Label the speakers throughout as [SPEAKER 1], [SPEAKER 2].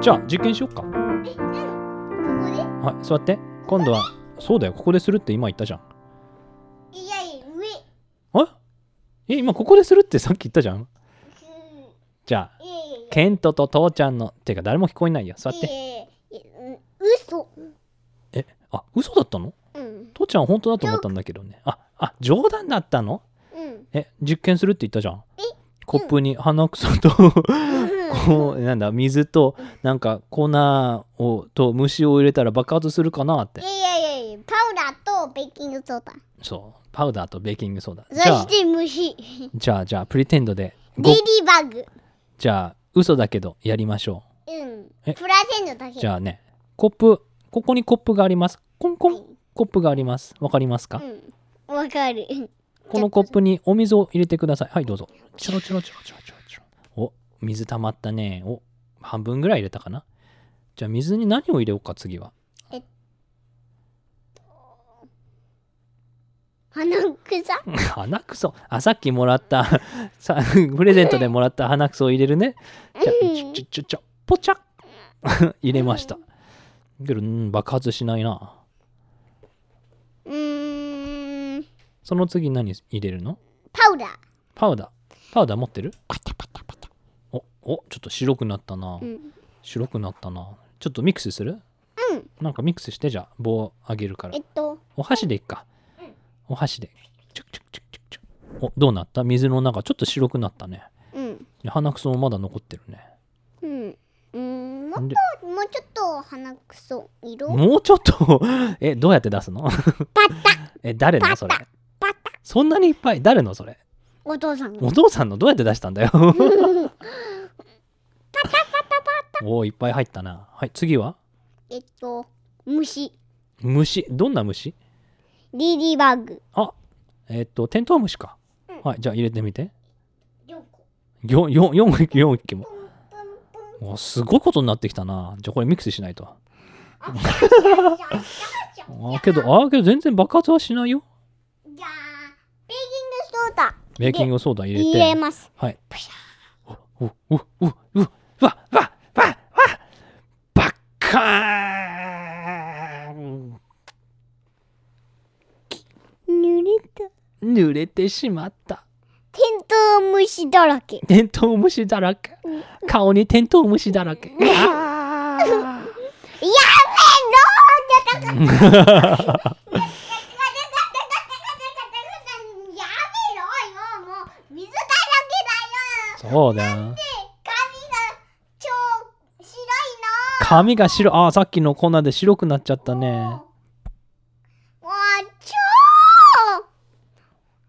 [SPEAKER 1] じゃあ実験しよっか
[SPEAKER 2] こで
[SPEAKER 1] はい座って今度はそうだよここでするって今言ったじゃん
[SPEAKER 2] いやいや上
[SPEAKER 1] あえ今ここでするってさっき言ったじゃんじゃあ
[SPEAKER 2] いやいやいや
[SPEAKER 1] ケントと父ちゃんのてか誰も聞こえないよ座って
[SPEAKER 2] て嘘
[SPEAKER 1] えあ嘘だったの
[SPEAKER 2] うん
[SPEAKER 1] 父ちゃん本当だと思ったんだけどねああ冗談だったの
[SPEAKER 2] うん
[SPEAKER 1] え実験するって言ったじゃん
[SPEAKER 2] え
[SPEAKER 1] コップに鼻くそとこうなんだ水となんか粉をと虫を入れたら爆発するかなって
[SPEAKER 2] いやいやいやパウダーとベーキングソーダ
[SPEAKER 1] そうパウダーとベーキングソーダ
[SPEAKER 2] そ
[SPEAKER 1] じゃあ
[SPEAKER 2] して虫
[SPEAKER 1] じゃあじゃあプリテンドで
[SPEAKER 2] レ
[SPEAKER 1] ご
[SPEAKER 2] ディバグ
[SPEAKER 1] じゃあ嘘だけどやりましょ
[SPEAKER 2] うん
[SPEAKER 1] え
[SPEAKER 2] プラセントだけ
[SPEAKER 1] うじゃあねコップここにコップがありますコンコンコップがありますわかりますか、
[SPEAKER 2] うんわかるうん
[SPEAKER 1] このコップにお水を入れてくださいはいどうぞチョロチョロチョロチョロチョロチョロお水溜まったねお半分ぐらい入れたかなじゃあ水に何を入れようか次は
[SPEAKER 2] 鼻くさ
[SPEAKER 1] 鼻くそあさっきもらった さプレゼントでもらった鼻くそを入れるねじゃ
[SPEAKER 2] うん
[SPEAKER 1] ちょちょちょちょポチャッ 入れましたけどうん爆発しないな
[SPEAKER 2] うーん
[SPEAKER 1] その次何入れるの
[SPEAKER 2] パウダー
[SPEAKER 1] パウダーパウダー持ってるおおちょっと白くなったな、
[SPEAKER 2] うん
[SPEAKER 1] 白くなったなちょっとミックスする
[SPEAKER 2] うん
[SPEAKER 1] なんかミックスしてじゃあ棒あげるから
[SPEAKER 2] えっと
[SPEAKER 1] お箸でいっかお箸でチュクチュクチュクチュクチュクおどうなった水の中ちょっと白くなったね
[SPEAKER 2] うん
[SPEAKER 1] 鼻くそもまだ残ってるね
[SPEAKER 2] うんうんもっ
[SPEAKER 1] で
[SPEAKER 2] ともうちょっと鼻くそ色
[SPEAKER 1] もうちょっと えどうやって出す のえ誰のそれ
[SPEAKER 2] パタ
[SPEAKER 1] そんなにいっぱい誰のそれ
[SPEAKER 2] お父さんが
[SPEAKER 1] お父さんのどうやって出したんだ よ おおいっぱい入ったなはい次は
[SPEAKER 2] えっと虫
[SPEAKER 1] 虫どんな虫
[SPEAKER 2] リリーバッグ
[SPEAKER 1] あえっ、とテントウムシか、
[SPEAKER 2] うん
[SPEAKER 1] はいじゃあ入れてみて
[SPEAKER 2] 4個
[SPEAKER 1] よよ4匹4匹も
[SPEAKER 2] プンプンプン
[SPEAKER 1] おすごいことになってきたなじゃあこれミックスしないと
[SPEAKER 2] あシャーシャーシャーシャーシャ
[SPEAKER 1] あ
[SPEAKER 2] ー
[SPEAKER 1] ーけどあーけど全然爆発はしないよ
[SPEAKER 2] じゃあベーキングソーダ
[SPEAKER 1] メイキングソーダ入れ
[SPEAKER 2] 入
[SPEAKER 1] て
[SPEAKER 2] れます
[SPEAKER 1] はい
[SPEAKER 2] プシャ
[SPEAKER 1] おおおおおわわわわバッカーン
[SPEAKER 2] 濡れた
[SPEAKER 1] 濡れてしまった
[SPEAKER 2] テントウムシだら け
[SPEAKER 1] テントウムシだらけ顔にテントウムシだらけあー
[SPEAKER 2] やべえどうだだだだだだだだだだだだだだだやべえろよもう水だらけだよ
[SPEAKER 1] そうだ
[SPEAKER 2] 髪
[SPEAKER 1] よ
[SPEAKER 2] が超白い
[SPEAKER 1] 髪が白あーさっきの粉で白くなっちゃった
[SPEAKER 2] の
[SPEAKER 1] ね
[SPEAKER 2] もう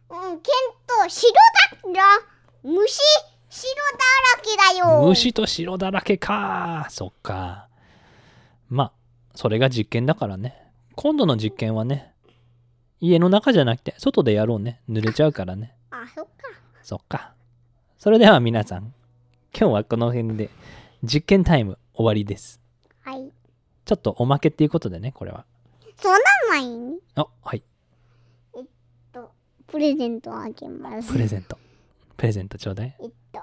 [SPEAKER 2] 超うんケント白だった虫白だらけだよ
[SPEAKER 1] 虫と白だらけかそっかまあそれが実験だからね今度の実験はね家の中じゃなくて外でやろうね濡れちゃうからね
[SPEAKER 2] あそっか
[SPEAKER 1] そっかそれでは皆さん今日はこの辺で実験タイム終わりです
[SPEAKER 2] はい
[SPEAKER 1] ちょっとおまけっていうことでねこれは
[SPEAKER 2] その前に
[SPEAKER 1] あはい
[SPEAKER 2] プレゼントをあげます
[SPEAKER 1] プレゼントプレゼントちょうだい
[SPEAKER 2] えっと。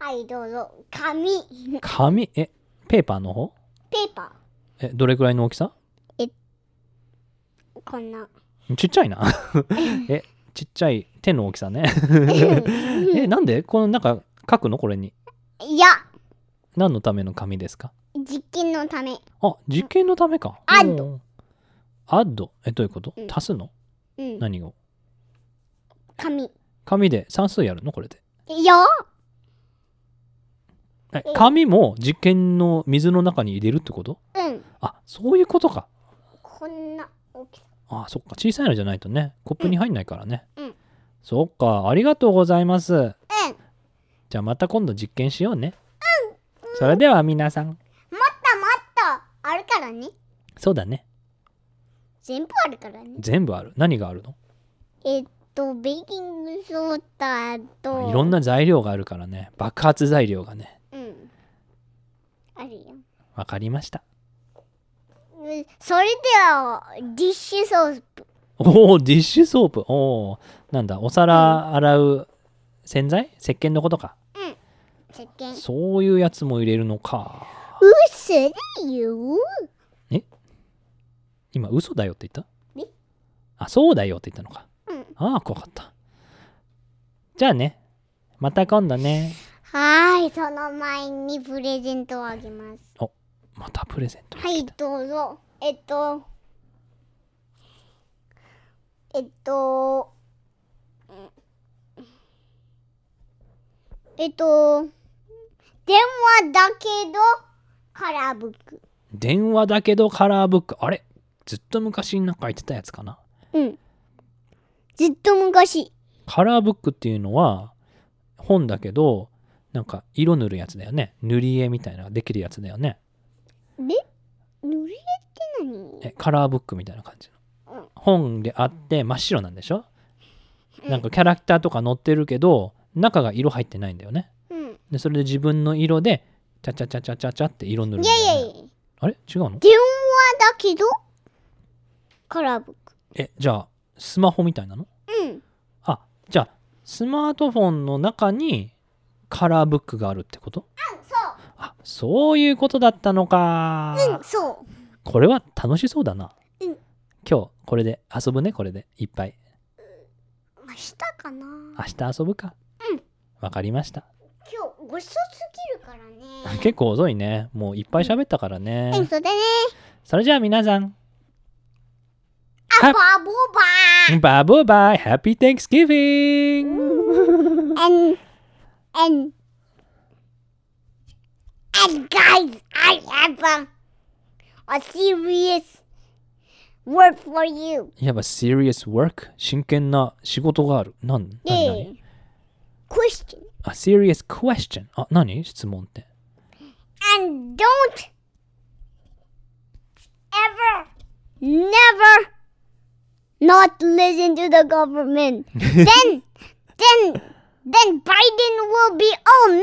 [SPEAKER 2] はい、どうぞ。紙、
[SPEAKER 1] 紙えペーパーの方
[SPEAKER 2] ペーパ
[SPEAKER 1] えどれくらいの大きさ
[SPEAKER 2] ー、こん な。
[SPEAKER 1] ちっちゃいな。え、ちっちゃい手の大きさね。え、なんでこのなんか書くのこれに。
[SPEAKER 2] いや、
[SPEAKER 1] 何のための紙ですか
[SPEAKER 2] 実験のため。
[SPEAKER 1] あ、実験のためか。
[SPEAKER 2] アッド
[SPEAKER 1] ド。アッドえ、どういうこと
[SPEAKER 2] うん
[SPEAKER 1] 足すの
[SPEAKER 2] うん、
[SPEAKER 1] 何を
[SPEAKER 2] 紙。い
[SPEAKER 1] 紙で算数やるのこれで。
[SPEAKER 2] や、
[SPEAKER 1] え
[SPEAKER 2] うん
[SPEAKER 1] 紙も実験の水の中に入れるってこと
[SPEAKER 2] うん、
[SPEAKER 1] あ、そういうことか。
[SPEAKER 2] こんな大きさ。
[SPEAKER 1] あ、そっか。小さいのじゃないとね、コップに入んないからね。
[SPEAKER 2] うん
[SPEAKER 1] そっか。ありがとうございます。
[SPEAKER 2] うん、もっ
[SPEAKER 1] じゃあまた今度実験しようね。それでは皆さん。
[SPEAKER 2] ともっとあるからね。
[SPEAKER 1] そうだね。
[SPEAKER 2] 全部あるからね。
[SPEAKER 1] 全部ある何があるの
[SPEAKER 2] えっと、ベーキングソーダと。
[SPEAKER 1] いろん。な材料があるからね爆発材料がね
[SPEAKER 2] うん。あるよ。
[SPEAKER 1] わかりました
[SPEAKER 2] うんそれでは、ディッシュソープ。
[SPEAKER 1] おおディッシュソープおおなんだお皿洗う洗剤石鹸のことか、
[SPEAKER 2] うん石鹸う
[SPEAKER 1] そういうやつも入れるのか。
[SPEAKER 2] するよ
[SPEAKER 1] 今、嘘だよって言った
[SPEAKER 2] え
[SPEAKER 1] あ、そうだよって言ったのか。
[SPEAKER 2] うん
[SPEAKER 1] ああ、怖かった。じゃあね。また今度ね。
[SPEAKER 2] はーいその前にプレゼントをあげます
[SPEAKER 1] またプレゼントが
[SPEAKER 2] は
[SPEAKER 1] 来
[SPEAKER 2] い
[SPEAKER 1] た。
[SPEAKER 2] どうぞえっとえっとうんえっと電話だけどカラーブック
[SPEAKER 1] 電話だけどカラーブック。あれずっと昔になんか言ってたやつかな。
[SPEAKER 2] うんずっと昔
[SPEAKER 1] カラーブックっていうのは本だけどなんか色塗るやつだよね塗り絵みたいなのができるやつだよね
[SPEAKER 2] で塗り絵って何
[SPEAKER 1] えカラーブックみたいな感じ
[SPEAKER 2] うん
[SPEAKER 1] の本であって真っ白なんでしょなんかキャラクターとか載ってるけど中が色入ってないんだよね
[SPEAKER 2] うん
[SPEAKER 1] でそれで自分の色でチャチャチャチャチャチャって色塗るん
[SPEAKER 2] い
[SPEAKER 1] だ
[SPEAKER 2] やいや
[SPEAKER 1] よ、
[SPEAKER 2] い
[SPEAKER 1] ね、
[SPEAKER 2] や電
[SPEAKER 1] あれ違うの
[SPEAKER 2] 話だけどカラーブック
[SPEAKER 1] えじゃあスマホみたいなの
[SPEAKER 2] うん
[SPEAKER 1] あじゃあスマートフォンの中にカラーブックがあるってこと
[SPEAKER 2] そ
[SPEAKER 1] あそういうことだったのか、
[SPEAKER 2] ううんそ
[SPEAKER 1] これは楽しそうだな、
[SPEAKER 2] うん
[SPEAKER 1] 今日これで遊ぶねこれでいっぱいう
[SPEAKER 2] 明日かな
[SPEAKER 1] 明日遊ぶか
[SPEAKER 2] うん
[SPEAKER 1] わかりました
[SPEAKER 2] 今日ごちそうすぎるからね。
[SPEAKER 1] 結構遅いねもういっぱい喋ったからね、
[SPEAKER 2] うん、そうだね。
[SPEAKER 1] それじゃあ皆さんは
[SPEAKER 2] あばぼば
[SPEAKER 1] バブバイハッピー Thanksgiving!
[SPEAKER 2] ー and and and guys, I have a a serious word for you.
[SPEAKER 1] やっぱ serious work 真剣な仕事があるなん何
[SPEAKER 2] Yeah.
[SPEAKER 1] 何
[SPEAKER 2] Question
[SPEAKER 1] あ serious question あ何質問って
[SPEAKER 2] and don't ever never not listen to the government. then then then Biden will be all mad at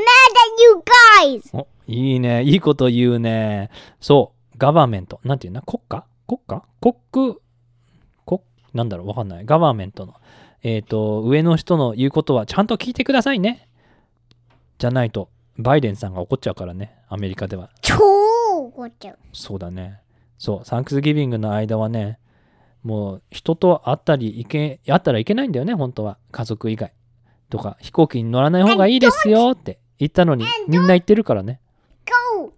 [SPEAKER 2] you guys.
[SPEAKER 1] おいいねいいこと言うねそうガバメントなんていうな国家国家国国なんだろうわかんないガバメントのえっ、と上の人の言うことはちゃんと聞いてくださいねじゃないとバイデンさんが怒っちゃうからねアメリカでは
[SPEAKER 2] 超怒っちゃう。
[SPEAKER 1] そうだねそうサンクスギビングの間はねもう人と会ったりいけ会ったらいけないんだよね本当は家族以外とか飛行機に乗らない方がいいですよって言ったのにみんな言ってるからね
[SPEAKER 2] Go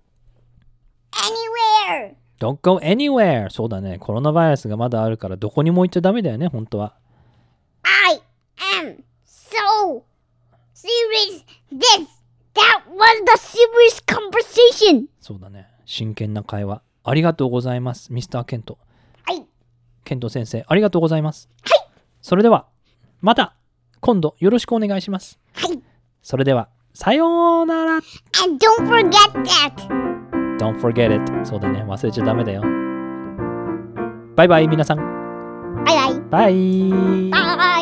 [SPEAKER 2] anywhere.
[SPEAKER 1] Don't go anywhere! そうだね。コロナウイルスがまだあるから、どこにも行っちゃダメだよね、本当は。
[SPEAKER 2] I am so serious. This that was the serious conversation.
[SPEAKER 1] そうだね。真剣な会話。ありがとうございます、ミスターケント。
[SPEAKER 2] はい。
[SPEAKER 1] ケント先生、ありがとうございます。それでは、また今度よろしくお願いします。
[SPEAKER 2] はい。
[SPEAKER 1] それでは、さようなら
[SPEAKER 2] And don't forget that.
[SPEAKER 1] !Don't forget it! そうだね。忘れちゃダメだよ。バイバイ、皆さん。
[SPEAKER 2] Bye
[SPEAKER 1] バイ
[SPEAKER 2] bye. Bye.